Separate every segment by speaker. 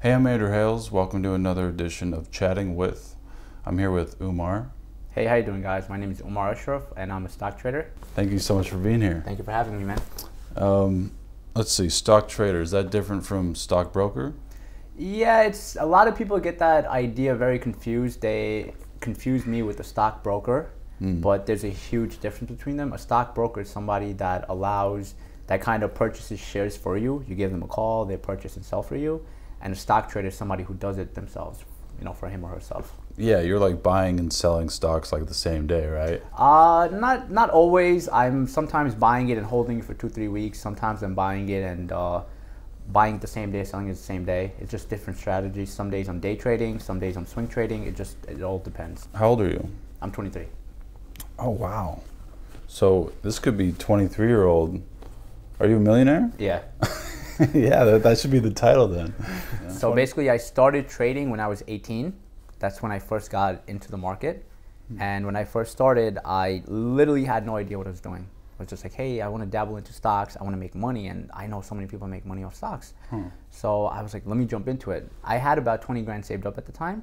Speaker 1: Hey, I'm Andrew Hales. Welcome to another edition of Chatting With. I'm here with Umar.
Speaker 2: Hey, how you doing, guys? My name is Omar Ashraf, and I'm a stock trader.
Speaker 1: Thank you so much for being here.
Speaker 2: Thank you for having me, man.
Speaker 1: Um, let's see, stock trader, is that different from stockbroker?
Speaker 2: Yeah, it's a lot of people get that idea very confused. They confuse me with a stock broker, but there's a huge difference between them. A stock broker is somebody that allows that kind of purchases shares for you. You give them a call, they purchase and sell for you. And a stock trader is somebody who does it themselves, you know, for him or herself.
Speaker 1: Yeah, you're like buying and selling stocks like the same day, right?
Speaker 2: Uh, not not always. I'm sometimes buying it and holding it for two three weeks. Sometimes I'm buying it and uh, buying it the same day, selling it the same day. It's just different strategies. Some days I'm day trading. Some days I'm swing trading. It just it all depends.
Speaker 1: How old are you?
Speaker 2: I'm 23.
Speaker 1: Oh, wow. So this could be 23 year old. Are you a millionaire?
Speaker 2: Yeah.
Speaker 1: yeah, that, that should be the title then.
Speaker 2: so basically, I started trading when I was 18. That's when I first got into the market.
Speaker 1: Hmm.
Speaker 2: And when I first started, I literally had no idea what I was doing. I was just like, hey, I want to dabble into stocks. I want to make money. And I know so many people make money off stocks. So I was like, let me jump into it. I had about 20 grand saved up at the time.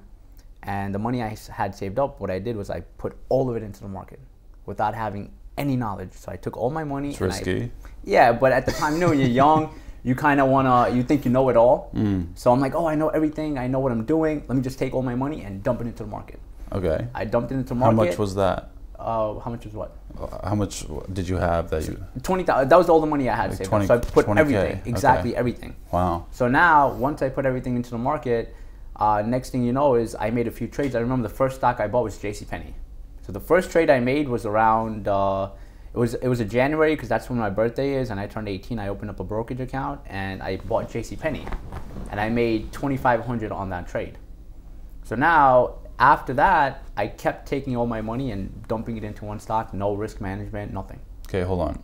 Speaker 2: And the money I s- had saved up, what I did was I put all of it into the market without having any knowledge. So I took all my money.
Speaker 1: It's
Speaker 2: and I-
Speaker 1: risky.
Speaker 2: yeah, but at the time, you know, when you're young, you kind of wanna, you think you know it all.
Speaker 1: Mm.
Speaker 2: So I'm like, oh, I know everything. I know what I'm doing. Let me just take all my money and dump it into the market.
Speaker 1: Okay.
Speaker 2: I dumped it into the
Speaker 1: How
Speaker 2: market.
Speaker 1: much was that?
Speaker 2: Uh, how much was what?
Speaker 1: How much w- did you have that you.
Speaker 2: Twenty thousand. That was all the money I had saved.
Speaker 1: 20
Speaker 2: up. so I put
Speaker 1: 20K,
Speaker 2: everything,
Speaker 1: okay.
Speaker 2: exactly everything.
Speaker 1: Wow.
Speaker 2: So now, once I put everything into the market, uh, next thing you know is I made a few trades. I remember the first stock I bought was JCPenney. So the first trade I made was around uh, it was it was a January because that's when my birthday is, and I turned 18. I opened up a brokerage account and I bought JCPenney, and I made 2,500 on that trade. So now, after that, I kept taking all my money and dumping it into one stock, no risk management, nothing.
Speaker 1: Okay, hold on.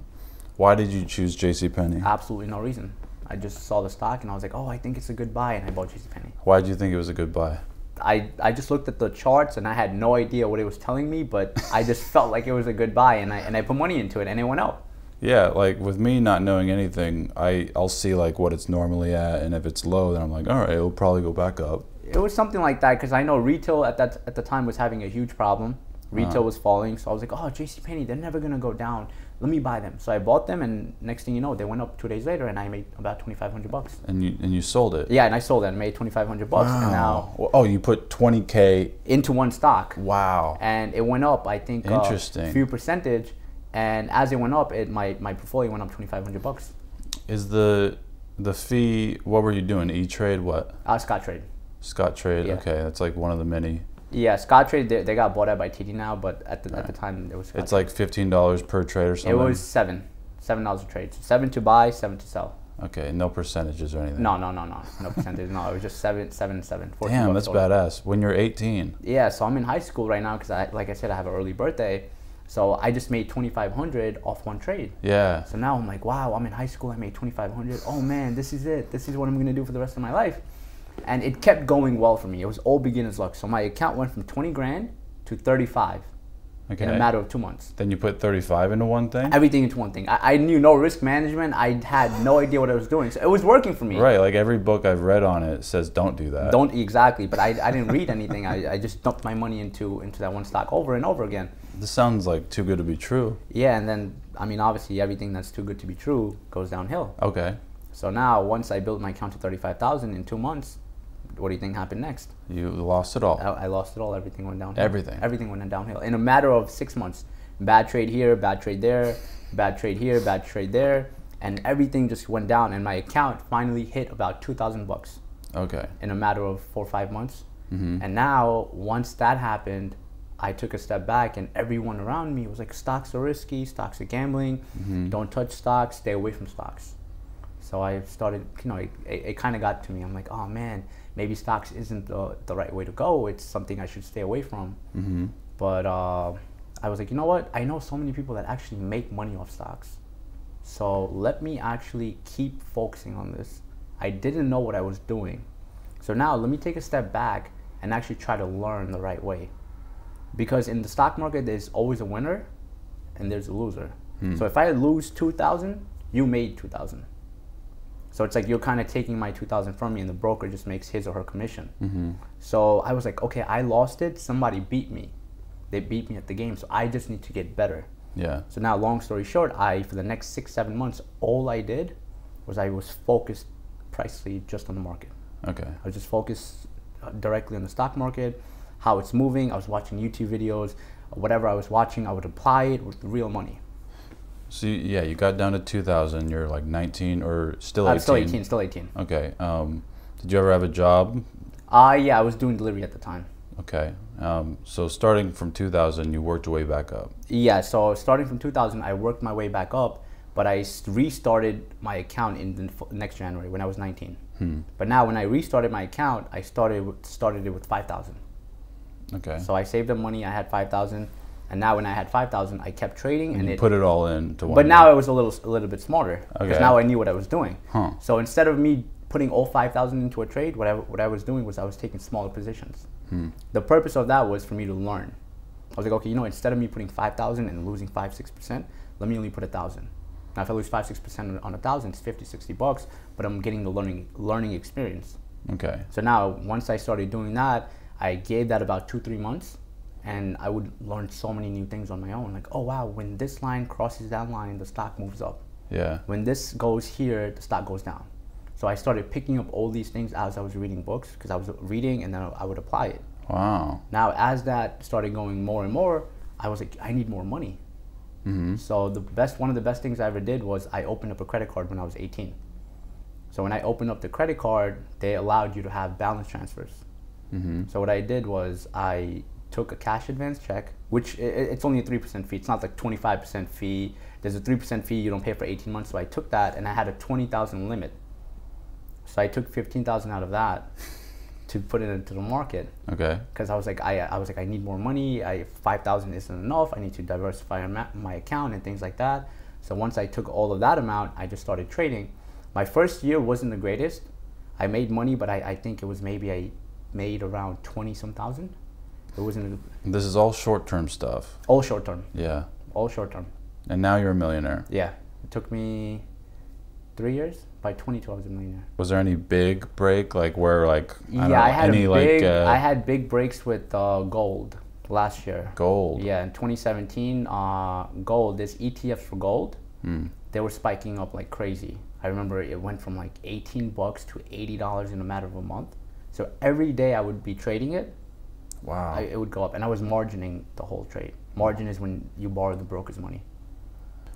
Speaker 1: Why did you choose JCPenney?
Speaker 2: Absolutely no reason. I just saw the stock and I was like, oh, I think it's a good buy, and I bought JCPenney.
Speaker 1: Why did you think it was a good buy?
Speaker 2: I, I just looked at the charts and I had no idea what it was telling me, but I just felt like it was a good buy and I, and I put money into it and it went up.
Speaker 1: Yeah, like with me not knowing anything, I I'll see like what it's normally at, and if it's low, then I'm like, all right, it'll probably go back up.
Speaker 2: It was something like that because I know retail at that at the time was having a huge problem. Retail
Speaker 1: Uh-huh.
Speaker 2: was falling, so I was like, oh, JCPenney, they're never gonna go down. Let me buy them. So I bought them, and next thing you know, they went up two days later, and I made about twenty five hundred bucks.
Speaker 1: And you and you sold it.
Speaker 2: Yeah, and I sold it and made twenty five hundred bucks, and now
Speaker 1: Wow. Oh, you put 20k.
Speaker 2: into one stock.
Speaker 1: Wow.
Speaker 2: and it went up. I think uh,
Speaker 1: Interesting.
Speaker 2: few percentage, and as it went up, it my my portfolio went up twenty five hundred bucks.
Speaker 1: Is the the fee? What were you doing? E Trade? What?
Speaker 2: Uh, Scott Trade.
Speaker 1: Scott Trade?
Speaker 2: Yeah.
Speaker 1: Okay, that's like one of the many.
Speaker 2: Yeah, Scott Trade. They, they got bought out by TD now, but at the at the time it was Scott
Speaker 1: It's like fifteen dollars per trade or
Speaker 2: Trade. it
Speaker 1: something.
Speaker 2: was seven seven dollars a trade. So seven to buy, seven to sell.
Speaker 1: Okay, no percentages or anything.
Speaker 2: No, no, no, no, no percentage. no, it was just seven, seven, and seven. 14
Speaker 1: Damn,
Speaker 2: bucks
Speaker 1: that's
Speaker 2: total.
Speaker 1: badass. When you're 18.
Speaker 2: Yeah, so I'm in high school right now because I, like I said, I have an early birthday. So I just made twenty five hundred off one trade.
Speaker 1: Yeah.
Speaker 2: So now I'm like, wow, I'm in high school. I made 2,500. Oh man, this is it. This is what I'm gonna do for the rest of my life. And it kept going well for me. It was all beginner's luck. So my account went from 20 grand to 35
Speaker 1: Okay.
Speaker 2: in a matter of two months.
Speaker 1: then you put 35 into one thing.
Speaker 2: Everything into one thing. I, I knew no risk management. I had no idea what I was doing. So it was working for me.
Speaker 1: Right, like every book I've read on it says don't do that.
Speaker 2: Don't exactly, but I, I didn't read anything. I, I just dumped my money into into that one stock over and over again.
Speaker 1: This sounds like too good to be true.
Speaker 2: Yeah, and then I mean obviously everything that's too good to be true goes downhill.
Speaker 1: Okay.
Speaker 2: So now, once I built my account to 35,000 in two months, what do you think happened next?
Speaker 1: You lost it all.
Speaker 2: I, I lost it all. Everything went downhill.
Speaker 1: Everything.
Speaker 2: Everything went downhill in a matter of six months. Bad trade here, bad trade there, bad trade here, bad trade there, and everything just went down. And my account finally hit about 2,000 bucks
Speaker 1: Okay. Mm-hmm,
Speaker 2: in a matter of four or five months. And now, once that happened, I took a step back, and everyone around me was like, "Stocks are risky. Stocks are gambling. Don't touch stocks. Stay away from stocks." So I started, you know, it, it, it kind of got to me. I'm like, "Oh man, maybe stocks isn't the, the right way to go. It's something I should stay away from."
Speaker 1: mm-hmm,
Speaker 2: But uh, I was like, you know what? I know so many people that actually make money off stocks. So let me actually keep focusing on this. I didn't know what I was doing. So now let me take a step back and actually try to learn the right way. Because in the stock market, there's always a winner and there's a loser. So if I lose 2,000, you made 2,000. So it's like you're kind of taking my 2000 from me and the broker just makes his or her commission.
Speaker 1: mm-hmm.
Speaker 2: So I was like, okay, I lost it. Somebody beat me. They beat me at the game. So I just need to get better.
Speaker 1: Yeah.
Speaker 2: So now, long story short, I for the next six seven months, all I did was I was focused precisely just on the market.
Speaker 1: Okay.
Speaker 2: I was just focused uh, directly on the stock market, how it's moving. I was watching YouTube videos, whatever I was watching, I would apply it with real money.
Speaker 1: So you, yeah, you got down to 2000. You're like 19 or still 18.
Speaker 2: I'm Uh, still 18, still 18.
Speaker 1: Okay. Um, did you ever have a job?
Speaker 2: Uh, yeah, I was doing delivery at the time.
Speaker 1: Okay. Um, so starting from 2000, you worked your way back up.
Speaker 2: Yeah, so starting from 2000, I worked my way back up, but I s- restarted my account in the f- next January when I was 19. But now, when I restarted my account, I started with- started it with 5,000.
Speaker 1: Okay.
Speaker 2: So I saved up money. I had 5,000, and now when I had 5,000, I kept trading, and
Speaker 1: you
Speaker 2: it.
Speaker 1: put it all into one.
Speaker 2: but now I was a little a little bit smarter because
Speaker 1: Okay.
Speaker 2: now I knew what I was doing.
Speaker 1: Huh.
Speaker 2: So instead of me putting all 5,000 into a trade, what I, what I was doing was I was taking smaller positions.
Speaker 1: Hmm.
Speaker 2: The purpose of that was for me to learn. I was like, okay, you know, instead of me putting 5,000 and losing 5, 6%, let me only put 1,000. Now, if I lose 5, 6% on- on 1,000, it's 50, 60 bucks, but I'm getting the learning, learning experience.
Speaker 1: Okay.
Speaker 2: So now, once I started doing that, I gave that about two, three months, and I would learn so many new things on my own. Like, oh wow, when this line crosses that line, the stock moves up.
Speaker 1: Yeah.
Speaker 2: When this goes here, the stock goes down. So I started picking up all these things as I was reading books because I was reading and then I would apply it.
Speaker 1: Wow.
Speaker 2: Now, as that started going more and more, I was like, I need more money. So the best, one of the best things I ever did was I opened up a credit card when I was 18. So when I opened up the credit card, they allowed you to have balance transfers. So what I did was I took a cash advance check, which i- i- it's only a 3% fee. It's not like 25% fee. There's a 3% fee you don't pay for 18 months. So I took that and I had a 20,000 limit. So I took 15,000 out of that to put it into the market
Speaker 1: Okay.
Speaker 2: because I was like, I, I was like, I need more money. I five thousand isn't enough. I need to diversify my, my account and things like that. So once I took all of that amount, I just started trading. My first year wasn't the greatest. I made money, but I, I think it was maybe I made around twenty some thousand. It wasn't
Speaker 1: This is all short-term stuff.
Speaker 2: all short term.
Speaker 1: Yeah.
Speaker 2: All short term.
Speaker 1: And now you're a millionaire.
Speaker 2: Yeah, it took me three years. By twenty two, I was a millionaire.
Speaker 1: Was there any big break like where like I
Speaker 2: yeah,
Speaker 1: don't know,
Speaker 2: I had a
Speaker 1: any
Speaker 2: big.
Speaker 1: like uh,
Speaker 2: I had big breaks with uh, gold last year.
Speaker 1: gold?
Speaker 2: Yeah, in 2017, uh, gold, there's ETFs for gold.
Speaker 1: Hmm.
Speaker 2: They were spiking up like crazy. I remember it went from like 18 bucks to $80 in a matter of a month. So every day I would be trading it,
Speaker 1: Wow.
Speaker 2: I, it would go up. And I was margining the whole trade. Margin is when you borrow the broker's money.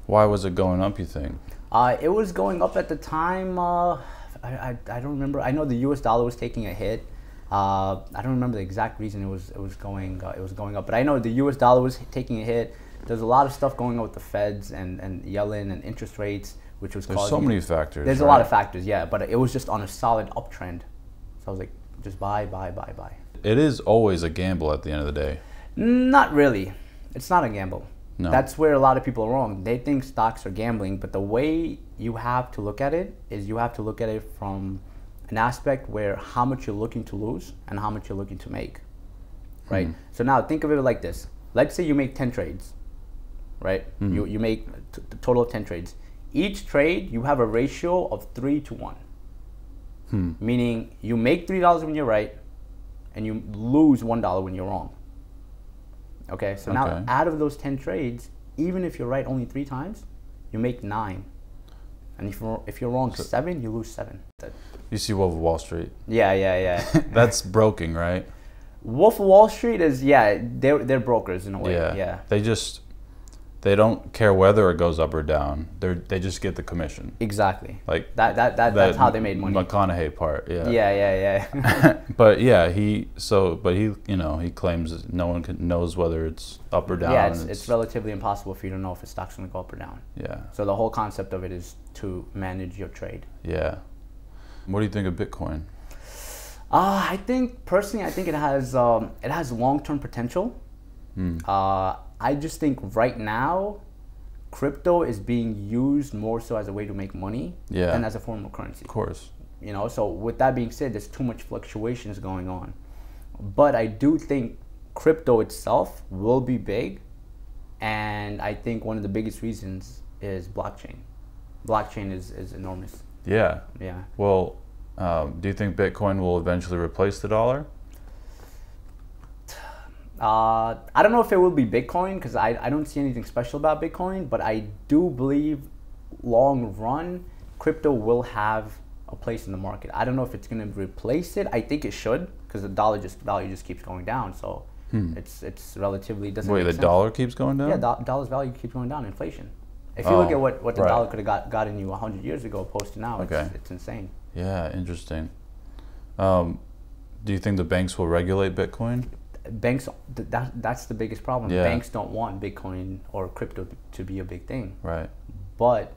Speaker 1: Why was it going up? You think?
Speaker 2: Uh, it was going up at the time. Uh, I, I, I don't remember. I know the U.S. dollar was taking a hit. Uh, I don't remember the exact reason it was it was going uh, it was going up, but I know the U.S. dollar was taking a hit. There's a lot of stuff going on with the Feds and and Yellen and interest rates, which was
Speaker 1: There's so
Speaker 2: causing-
Speaker 1: many factors.
Speaker 2: There's a lot of
Speaker 1: right?
Speaker 2: factors, yeah, but it was just on a solid uptrend. So I was like, just buy, buy, buy, buy.
Speaker 1: It is always a gamble at the end of the day.
Speaker 2: Not really. It's not a gamble.
Speaker 1: No.
Speaker 2: That's where a lot of people are wrong. They think stocks are gambling, but the way you have to look at it is you have to look at it from an aspect where how much you're looking to lose and how much you're looking to make. Right? So now think of it like this. Let's say you make 10 trades, right? You, you make t- t- total of 10 trades. Each trade, you have a ratio of 3 to 1. Meaning you make $3 when you're right and you lose $1 when you're wrong. Okay, so now
Speaker 1: Okay.
Speaker 2: out of those 10 trades, even if you're right only three times, you make nine. And if you're, if you're wrong seven, you lose seven. That-
Speaker 1: You see Wolf of Wall Street.
Speaker 2: Yeah, yeah, yeah.
Speaker 1: That's broking, right?
Speaker 2: Wolf of Wall Street is, yeah, they're, they're brokers in a way. Yeah.
Speaker 1: They just they don't care whether it goes up or down. They are they just get the commission.
Speaker 2: Exactly.
Speaker 1: Like
Speaker 2: That, that, that, that's how they made money.
Speaker 1: McConaughey part. Yeah.
Speaker 2: yeah, yeah, yeah.
Speaker 1: But yeah, he so but he you know he claims that no one can, knows whether it's up or down.
Speaker 2: yeah,
Speaker 1: and
Speaker 2: it's, it's relatively impossible for you to know if a stock's going to go up or down.
Speaker 1: yeah
Speaker 2: So the whole concept of it is to manage your trade.
Speaker 1: yeah. What do you think of Bitcoin?
Speaker 2: Uh, I think personally, I think it has um, it has long term potential. Uh, I just think right now, crypto is being used more so as a way to make money
Speaker 1: Yeah.
Speaker 2: than as a form of currency.
Speaker 1: Of course.
Speaker 2: You know, so with that being said, there's too much fluctuations going on. But I do think crypto itself will be big, and I think one of the biggest reasons is blockchain. Blockchain is, is enormous.
Speaker 1: Yeah.
Speaker 2: Yeah.
Speaker 1: Well, um, do you think Bitcoin will eventually replace the dollar?
Speaker 2: Uh, I don't know if it will be Bitcoin because I, I don't see anything special about Bitcoin, but I do believe long run crypto will have a place in the market. I don't know if it's going to replace it. I think it should because the dollar just value just keeps going down. So it's it's relatively doesn't.
Speaker 1: Hmm. Wait,
Speaker 2: make
Speaker 1: the
Speaker 2: sense.
Speaker 1: dollar keeps going down?
Speaker 2: Yeah, do- dollar's value keeps going down. Inflation. If you look
Speaker 1: Oh,
Speaker 2: at what, what the
Speaker 1: right.
Speaker 2: dollar could have got gotten you hundred years ago, opposed to now,
Speaker 1: Okay.
Speaker 2: it's, it's insane.
Speaker 1: Yeah, interesting. Um, do you think the banks will regulate Bitcoin?
Speaker 2: Banks, th- that, that's the biggest problem.
Speaker 1: Yeah.
Speaker 2: Banks don't want Bitcoin or crypto to be a big thing.
Speaker 1: Right.
Speaker 2: but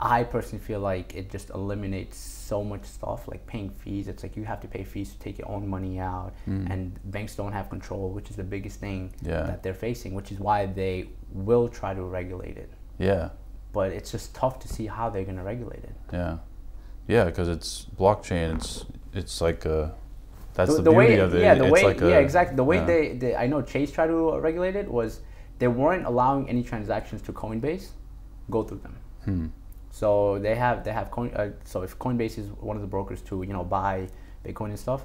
Speaker 2: I personally feel like it just eliminates so much stuff like paying fees. It's like you have to pay fees to take your own money out, and banks don't have control, which is the biggest thing
Speaker 1: Hmm. Yeah.
Speaker 2: that they're facing, which is why they will try to regulate it.
Speaker 1: Yeah.
Speaker 2: But it's just tough to see how they're going to regulate it.
Speaker 1: Yeah. Yeah, because it's blockchain. It's it's like a. That's the,
Speaker 2: the
Speaker 1: beauty
Speaker 2: way,
Speaker 1: of it.
Speaker 2: yeah, the
Speaker 1: it's
Speaker 2: way,
Speaker 1: like a,
Speaker 2: yeah, exactly. The way
Speaker 1: yeah.
Speaker 2: they, they, I know Chase tried to uh, regulate it was they weren't allowing any transactions to Coinbase go through them.
Speaker 1: Hmm.
Speaker 2: So they have, they have Coin. Uh, so if Coinbase is one of the brokers to you know buy Bitcoin and stuff,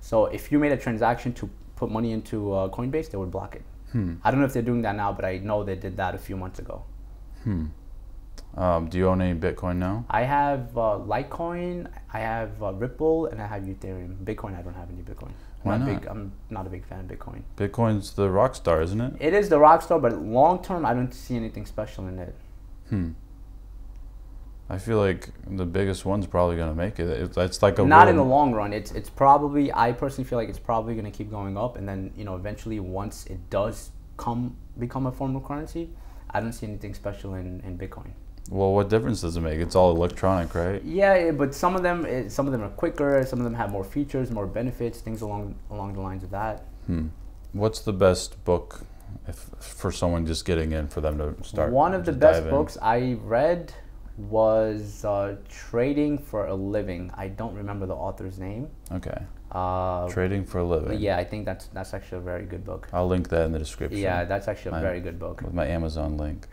Speaker 2: so if you made a transaction to put money into uh, Coinbase, they would block it.
Speaker 1: Hmm.
Speaker 2: I don't know if they're doing that now, but I know they did that a few months ago.
Speaker 1: Um, do you own any Bitcoin now?
Speaker 2: I have uh, Litecoin, I have uh, Ripple, and I have Ethereum. Bitcoin, I don't have any Bitcoin.
Speaker 1: Why
Speaker 2: I'm
Speaker 1: not?
Speaker 2: Big, I'm not a big fan of Bitcoin.
Speaker 1: Bitcoin's the rock star, isn't it?
Speaker 2: It is the rock star, but long term, I don't see anything special in it.
Speaker 1: I feel like the biggest one's probably gonna make it. it that's like a
Speaker 2: Not in the
Speaker 1: real-
Speaker 2: long run. It's it's probably I personally feel like it's probably going to keep going up, and then you know eventually once it does come become a form of currency, I don't see anything special in, in Bitcoin.
Speaker 1: Well, what difference does it make? It's all electronic, right?
Speaker 2: Yeah, eh, but some of them eh, some of them are quicker. Some of them have more features, more benefits, things along along the lines of that.
Speaker 1: What's the best book if, for someone just getting in for them to start?
Speaker 2: One of the
Speaker 1: just
Speaker 2: best
Speaker 1: dive in?
Speaker 2: books I read was uh, Trading for a Living. I don't remember the author's name.
Speaker 1: Okay.
Speaker 2: Uh,
Speaker 1: Trading for a
Speaker 2: But
Speaker 1: living.
Speaker 2: yeah, I think that's that's actually a very good book.
Speaker 1: I'll link that in the description.
Speaker 2: Yeah, that's actually a
Speaker 1: Mine.
Speaker 2: very good book.
Speaker 1: With my Amazon link.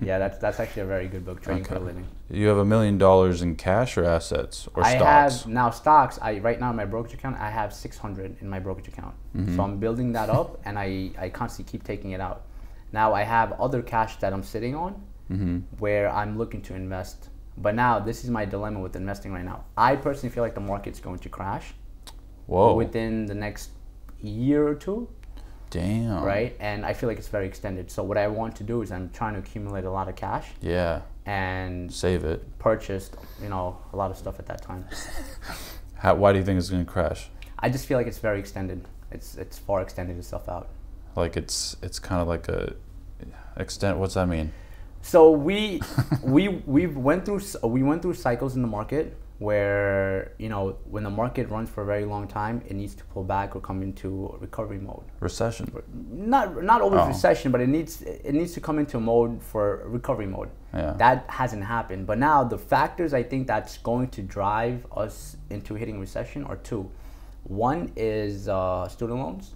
Speaker 2: Yeah, that's that's actually a very good book. Trading for a
Speaker 1: Okay.
Speaker 2: living.
Speaker 1: You have a million dollars in cash or assets or
Speaker 2: I
Speaker 1: stocks?
Speaker 2: have now stocks. I right now in my brokerage account, I have 600 in my brokerage account.
Speaker 1: Mm-hmm.
Speaker 2: So I'm building that up, and I I constantly keep taking it out. Now I have other cash that I'm sitting on,
Speaker 1: Mm-hmm.
Speaker 2: where I'm looking to invest. But now this is my dilemma with investing right now. I personally feel like the market's going to crash
Speaker 1: Whoa.
Speaker 2: within the next year or two.
Speaker 1: Damn.
Speaker 2: right? And I feel like it's very extended. So what I want to do is I'm trying to accumulate a lot of cash
Speaker 1: Yeah.
Speaker 2: and
Speaker 1: Save it.
Speaker 2: purchase, you know, a lot of stuff at that time.
Speaker 1: How, why do you think it's going to crash?
Speaker 2: I just feel like it's very extended. It's it's far extended itself out.
Speaker 1: Like it's it's kind of like a extent. What's that mean?
Speaker 2: So we we we went through s- we went through cycles in the market where you know when the market runs for a very long time, it needs to pull back or come into recovery mode.
Speaker 1: Recession.
Speaker 2: not not always
Speaker 1: Oh.
Speaker 2: recession, but it needs it needs to come into a mode for recovery mode.
Speaker 1: Yeah.
Speaker 2: That hasn't happened. But now the factors I think that's going to drive us into hitting recession are two. One is uh, student loans.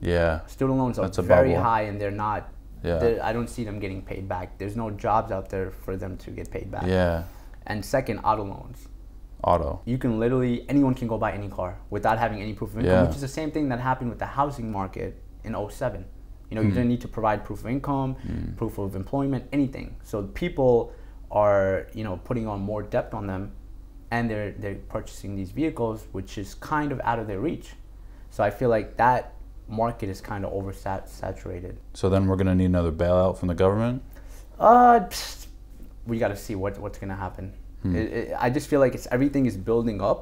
Speaker 1: Yeah.
Speaker 2: Student loans are
Speaker 1: That's a
Speaker 2: very
Speaker 1: bubble.
Speaker 2: high, and they're not.
Speaker 1: Yeah.
Speaker 2: they're- I don't see them getting paid back. There's no jobs out there for them to get paid back.
Speaker 1: Yeah.
Speaker 2: And second, auto loans
Speaker 1: Auto.
Speaker 2: you can literally anyone can go buy any car without having any proof of income
Speaker 1: Yeah.
Speaker 2: which is the same thing that happened with the housing market in 07 you know you
Speaker 1: Hmm.
Speaker 2: didn't need to provide proof of income proof of employment anything so people are you know putting on more debt on them and they're they're purchasing these vehicles which is kind of out of their reach so i feel like that market is kind of oversaturated
Speaker 1: So then we're going to need another bailout from the government?
Speaker 2: Uh, pfft, we got to see what what's gonna happen.
Speaker 1: Hmm.
Speaker 2: It, it, I just feel like it's everything is building up,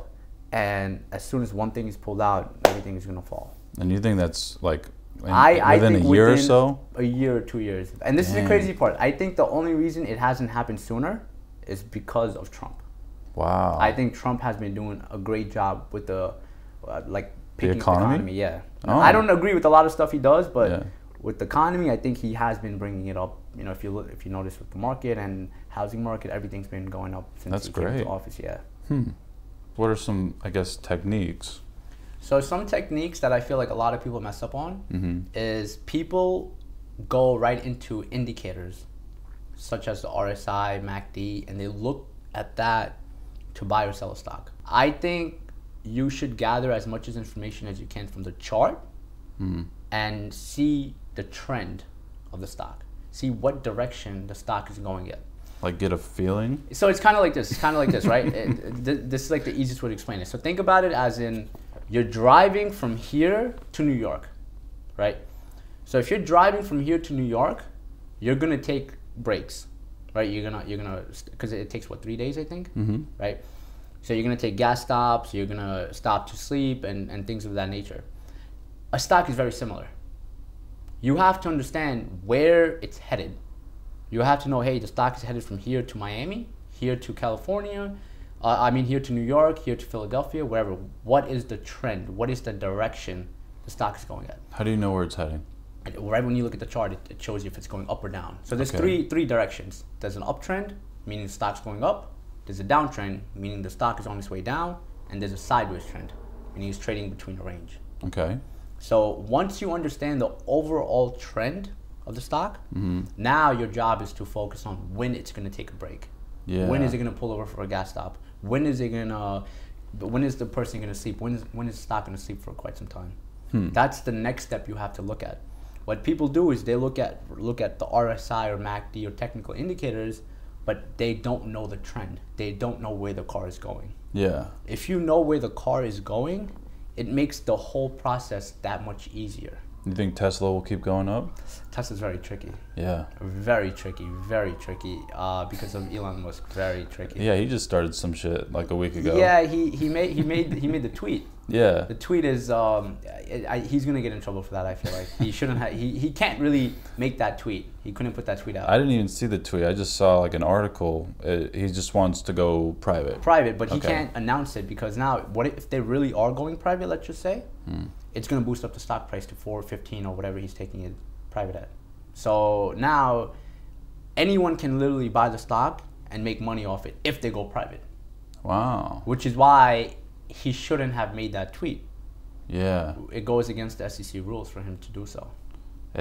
Speaker 2: and as soon as one thing is pulled out, everything is gonna fall.
Speaker 1: And you think that's like in-
Speaker 2: I, I
Speaker 1: within
Speaker 2: think
Speaker 1: a year
Speaker 2: within
Speaker 1: or so?
Speaker 2: a year or two years. And this is
Speaker 1: Dang.
Speaker 2: the crazy part. I think the only reason it hasn't happened sooner is because of Trump.
Speaker 1: Wow.
Speaker 2: I think Trump has been doing a great job with the, uh, like picking up
Speaker 1: economy?
Speaker 2: Yeah,
Speaker 1: Oh.
Speaker 2: I don't agree with a lot of stuff he does, but
Speaker 1: Yeah.
Speaker 2: with the economy, I think he has been bringing it up. You know, if you look, if you notice with the market and housing market, everything's been going up since
Speaker 1: That's
Speaker 2: he came
Speaker 1: great.
Speaker 2: into office. Yeah.
Speaker 1: what are some, I guess, techniques?
Speaker 2: So some techniques that I feel like a lot of people mess up on is people go right into indicators, such as the RSI, MACD, and they look at that to buy or sell a stock. I think you should gather as much as information as you can from the chart and see the trend of the stock. See what direction the stock is going in.
Speaker 1: Like get a feeling.
Speaker 2: So it's kind of like this. It's kind of like this, right? It- it- th- this is like the easiest way to explain it. So think about it as in you're driving from here to New York, right? So if you're driving from here to New York, you're gonna take breaks, right? You're gonna you're gonna because it takes what three days I think, mm-hmm. right? So you're gonna take gas stops. You're gonna stop to sleep and and things of that nature. A stock is very similar. You have to understand where it's headed you have to know hey the stock is headed from here to miami here to california uh, i mean here to new york here to philadelphia wherever what is the trend what is the direction the stock is going at
Speaker 1: How do you know where it's heading?
Speaker 2: And right when you look at the chart it, it shows you if it's going up or down so there's
Speaker 1: Okay.
Speaker 2: three three directions there's an uptrend meaning the stock's going up there's a downtrend meaning the stock is on its way down and there's a sideways trend meaning it's trading between a range
Speaker 1: Okay.
Speaker 2: so once you understand the overall trend of the stock, now your job is to focus on when it's going to take a break.
Speaker 1: Yeah.
Speaker 2: When is it going to pull over for a gas stop? When is it going to? When is the person going to sleep? When is when is the stock going to sleep for quite some time? That's the next step you have to look at. What people do is they look at look at the RSI or MACD or technical indicators, but they don't know the trend. They don't know where the car is going
Speaker 1: Yeah.
Speaker 2: if you know where the car is going, it makes the whole process that much easier.
Speaker 1: You think Tesla will keep going up?
Speaker 2: Tesla's very tricky,
Speaker 1: Yeah.
Speaker 2: very tricky, very tricky uh, because of Elon Musk. Very tricky.
Speaker 1: Yeah, he just started some shit like a week ago.
Speaker 2: Yeah, he, he made he made he made the tweet.
Speaker 1: Yeah.
Speaker 2: The tweet is um, I, I, he's gonna get in trouble for that. I feel like he shouldn't. Ha- he he can't really make that tweet. He couldn't put that tweet out.
Speaker 1: I didn't even see the tweet. I just saw like an article. Uh he just wants to go private.
Speaker 2: private, but he
Speaker 1: Okay.
Speaker 2: can't announce it because now, what if they really are going private? Let's just say,
Speaker 1: Hmm.
Speaker 2: it's going to boost up the stock price to four fifteen or whatever he's taking it private at. So now, anyone can literally buy the stock and make money off it if they go private,
Speaker 1: Wow.
Speaker 2: which is why he shouldn't have made that tweet.
Speaker 1: Yeah.
Speaker 2: It goes against the SEC rules for him to do so.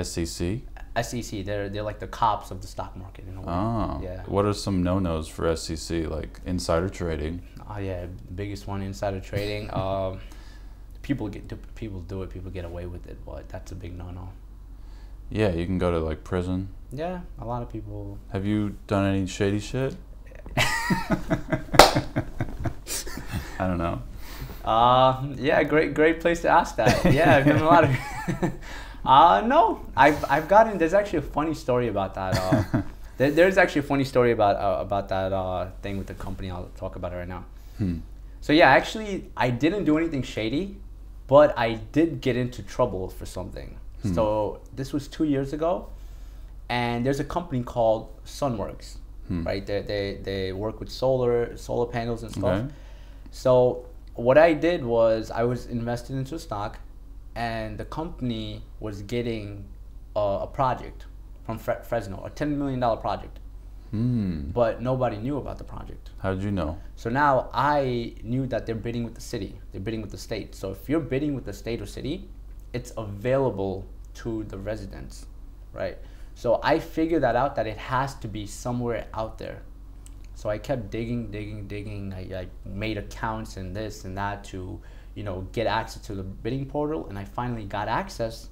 Speaker 1: SEC.
Speaker 2: SEC, they're they're like the cops of the stock market in a way.
Speaker 1: Oh.
Speaker 2: Yeah.
Speaker 1: What are some no-nos for SEC like insider trading?
Speaker 2: Oh yeah, the biggest one insider trading. Um, people get do- people do it. People get away with it, but that's a big no-no.
Speaker 1: Yeah, you can go to like prison.
Speaker 2: Yeah, a lot of people.
Speaker 1: Have you done any shady shit? I don't know.
Speaker 2: Uh, yeah, great great place to ask that. Yeah, I've done a lot of. uh, no, I've I've gotten. There's actually a funny story about that. Uh, there, there's actually a funny story about uh, about that uh, thing with the company. I'll talk about it right now.
Speaker 1: Hmm.
Speaker 2: So yeah, actually, I didn't do anything shady, but I did get into trouble for something. So this was two years ago, and there's a company called Sunworks, right? They, they they work with solar solar panels and stuff.
Speaker 1: Okay.
Speaker 2: So what I did was I was invested into a stock, and the company was getting a, a project from Fre- Fresno, a ten million dollar project,
Speaker 1: Hmm.
Speaker 2: but nobody knew about the project.
Speaker 1: How'd you know?
Speaker 2: So now I knew that they're bidding with the city, they're bidding with the state. So if you're bidding with the state or city, it's available to the residents, right? So I figured that out that it has to be somewhere out there. So I kept digging, digging, digging. I, I made accounts and this and that to, you know, get access to the bidding portal, and I finally got access,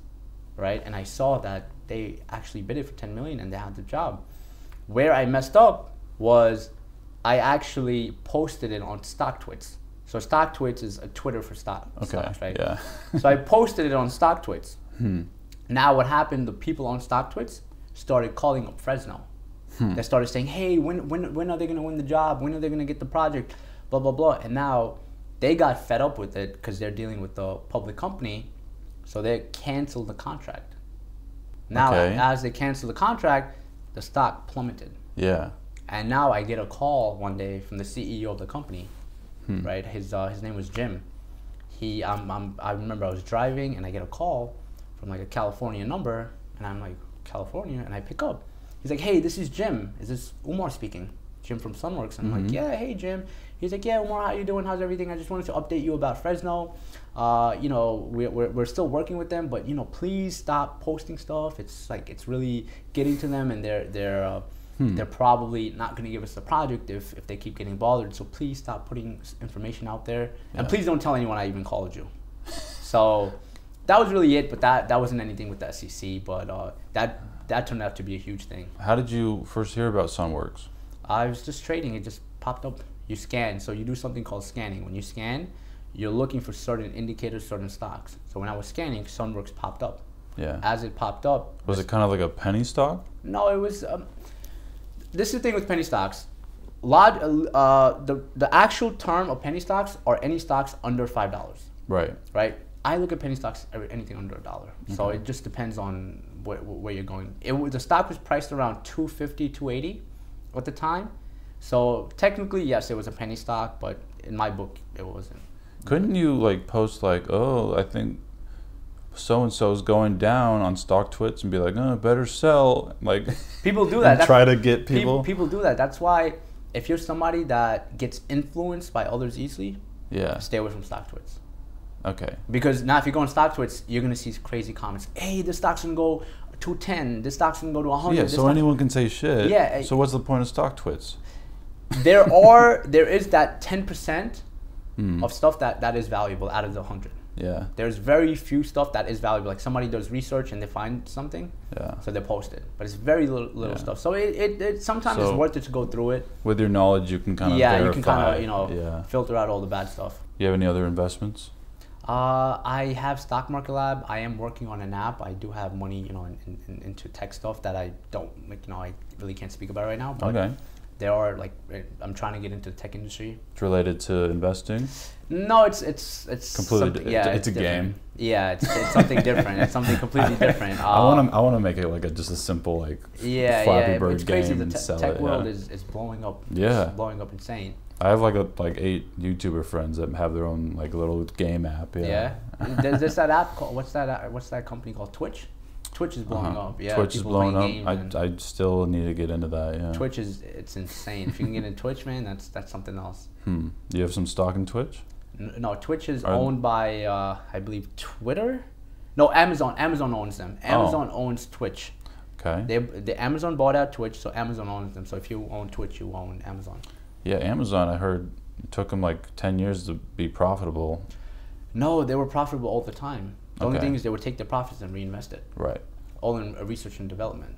Speaker 2: right? And I saw that they actually bid it for 10 million and they had the job. Where I messed up was I actually posted it on StockTwits. So StockTwits is a Twitter for stock
Speaker 1: Okay.
Speaker 2: stocks, right?
Speaker 1: Yeah.
Speaker 2: so I posted it on StockTwits. Now what happened? The people on StockTwits started calling up Fresno. They started saying, "Hey, when when when are they gonna win the job? When are they gonna get the project? Blah blah blah." And now they got fed up with it because they're dealing with a public company, so they canceled the contract. Now,
Speaker 1: Okay.
Speaker 2: as they canceled the contract, the stock plummeted.
Speaker 1: Yeah.
Speaker 2: And now I get a call one day from the CEO of the company, right? His uh, his name was Jim. He um, I'm, I remember I was driving and I get a call from like a California number and I'm like California and I pick up. He's like, hey, this is Jim. Is this Umar speaking? Jim from Sunworks. And I'm like, yeah, hey Jim. He's like, yeah, Umar, how you doing? How's everything? I just wanted to update you about Fresno. Uh, you know, we're, we're, we're still working with them, but you know, please stop posting stuff. It's like it's really getting to them and they're they're uh,
Speaker 1: Hmm.
Speaker 2: They're probably not going to give us the project if, if they keep getting bothered. So please stop putting s- information out there, and please don't tell anyone I even called you. so that was really it. But that that wasn't anything with the SEC. But uh, that that turned out to be a huge thing.
Speaker 1: How did you first hear about Sunworks?
Speaker 2: I was just trading. It just popped up. You scan. So you do something called scanning. When you scan, you're looking for certain indicators, certain stocks. So when I was scanning, Sunworks popped up.
Speaker 1: Yeah.
Speaker 2: As it popped up,
Speaker 1: was it kind of like a penny stock?
Speaker 2: no, it was. Um, this is the thing with penny stocks. Log, uh, the the actual term of penny stocks are any stocks under five dollars,
Speaker 1: Right.
Speaker 2: right? I look at penny stocks every, anything under a dollar. So it just depends on where, where you're going. It wa- the stock was priced around 250, 280 at the time. So technically, yes, it was a penny stock, but in my book, it wasn't.
Speaker 1: Couldn't you like post like, oh, I think so and so's going down on stock twits and be like, oh, better sell, like,
Speaker 2: People do that.
Speaker 1: and
Speaker 2: That's-
Speaker 1: try to get
Speaker 2: peop-
Speaker 1: people.
Speaker 2: people do that. That's why if you're somebody that gets influenced by others easily,
Speaker 1: Yeah.
Speaker 2: stay away from stock tweets.
Speaker 1: Okay.
Speaker 2: Because now, if you go on stock tweets, you're gonna see crazy comments. Hey, this stock's gonna go to ten. This stock's gonna go to hundred.
Speaker 1: Yeah. So anyone can say shit.
Speaker 2: Yeah, I-
Speaker 1: So what's the point of stock twits?
Speaker 2: there are there is that ten percent
Speaker 1: Hmm.
Speaker 2: of stuff that that is valuable out of the hundred.
Speaker 1: Yeah.
Speaker 2: There's very few stuff that is valuable. Like somebody does research and they find something,
Speaker 1: Yeah.
Speaker 2: so they post it. But it's very little, little
Speaker 1: Yeah.
Speaker 2: stuff. So it, it, it sometimes
Speaker 1: So-
Speaker 2: it's worth it to go through it.
Speaker 1: With your knowledge, you can kind of
Speaker 2: yeah, you can kind
Speaker 1: verify.
Speaker 2: of you know
Speaker 1: Yeah.
Speaker 2: filter out all the bad stuff.
Speaker 1: You have any other investments?
Speaker 2: Uh, I have Stock Market Lab. I am working on an app. I do have money, you know, in, in- in, into tech stuff that I don't, like, you know, I really can't speak about right now. But
Speaker 1: Okay.
Speaker 2: there are like, eh, I'm trying to get into the tech industry.
Speaker 1: It's related to investing.
Speaker 2: No, it's it's it's
Speaker 1: Completely
Speaker 2: something-
Speaker 1: di-
Speaker 2: yeah,
Speaker 1: it's a
Speaker 2: different.
Speaker 1: game.
Speaker 2: Yeah, it's, it's something different. It's something completely different. Uh,
Speaker 1: I want to. I want to make it like a just a simple like
Speaker 2: Yeah,
Speaker 1: Flappy
Speaker 2: yeah,
Speaker 1: Bird
Speaker 2: it's crazy.
Speaker 1: game
Speaker 2: The
Speaker 1: and
Speaker 2: te-
Speaker 1: sell
Speaker 2: tech
Speaker 1: it,
Speaker 2: world
Speaker 1: yeah.
Speaker 2: is, is blowing up. it's
Speaker 1: Yeah.
Speaker 2: blowing up insane.
Speaker 1: I have like a, like eight YouTuber friends that have their own like little game app. Yeah. Uh-huh.
Speaker 2: Yeah, there's, there's that app called what's that app- what's that company called Twitch? Twitch is blowing
Speaker 1: Uh-huh.
Speaker 2: up. Yeah,
Speaker 1: Twitch is
Speaker 2: people
Speaker 1: blowing
Speaker 2: playing games and-
Speaker 1: up. I, I still need to get into that. Yeah.
Speaker 2: Twitch is it's insane. if you can get in Twitch, man, that's that's something else.
Speaker 1: Hmm. You have some stock in Twitch?
Speaker 2: N- No, Twitch is
Speaker 1: Are-
Speaker 2: owned by uh, I believe Twitter. No, Amazon. Amazon owns them.
Speaker 1: Oh.
Speaker 2: Amazon owns Twitch.
Speaker 1: Okay.
Speaker 2: They the Amazon bought out Twitch, so Amazon owns them. So if you own Twitch, you own Amazon.
Speaker 1: yeah. Amazon. I heard it took them like ten years to be profitable.
Speaker 2: No, they were profitable all the time. The only
Speaker 1: Okay.
Speaker 2: thing is they would take the profits and reinvest it,
Speaker 1: Right.
Speaker 2: all in uh, research and development.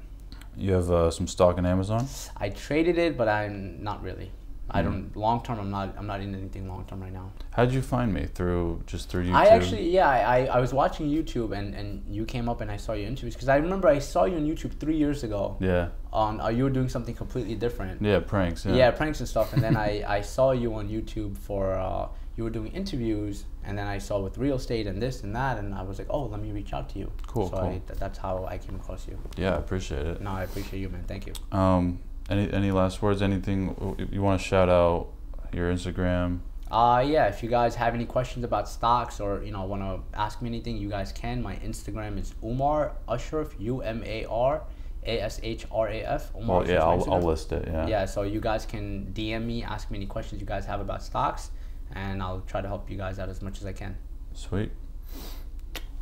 Speaker 1: You have uh, some stock in Amazon?
Speaker 2: I traded it, but I'm not really. I
Speaker 1: Hmm.
Speaker 2: don't long term. I'm not. I'm not in anything long term right now.
Speaker 1: How'd you find me through just through YouTube?
Speaker 2: I actually, yeah, I, I- I was watching YouTube and, and you came up and I saw your interviews because I remember I saw you on YouTube three years ago
Speaker 1: Yeah.
Speaker 2: on uh, you were doing something completely different.
Speaker 1: Yeah. Pranks. Yeah.
Speaker 2: Yeah, pranks and stuff. And then I, I saw you on YouTube for uh, you were doing interviews and then I saw with real estate and this and that and I was like, oh, let me reach out to you.
Speaker 1: Cool,
Speaker 2: So
Speaker 1: cool.
Speaker 2: I, th- that's how I came across you.
Speaker 1: Yeah. I appreciate it.
Speaker 2: No, I appreciate you, man. Thank you.
Speaker 1: Um. Any any last words? Anything w- you want to shout out? Your Instagram.
Speaker 2: Uh, yeah, if you guys have any questions about stocks or, you know, want to ask me anything, you guys can. My Instagram is Umar Ashraf, U-M-A-R-A-S-H-R-A-F. Umar
Speaker 1: Well, Oh, yeah,
Speaker 2: Ashraf, my
Speaker 1: I'll, I'll
Speaker 2: Mm-hmm. Instagram.
Speaker 1: list it. Yeah.
Speaker 2: Yeah, so you guys can DM me, ask me any questions you guys have about stocks, and I'll try to help you guys out as much as I can.
Speaker 1: Sweet.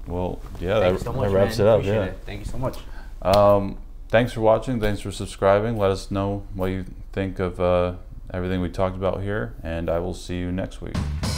Speaker 1: Well, yeah,
Speaker 2: Thank
Speaker 1: Oh, that,
Speaker 2: you so
Speaker 1: that
Speaker 2: much,
Speaker 1: wraps
Speaker 2: man.
Speaker 1: it up.
Speaker 2: Appreciate
Speaker 1: yeah.
Speaker 2: it. Thank you so much.
Speaker 1: Um, thanks for watching. Thanks for subscribing. Let us know what you think of uh, everything we talked about here, and I will see you next week.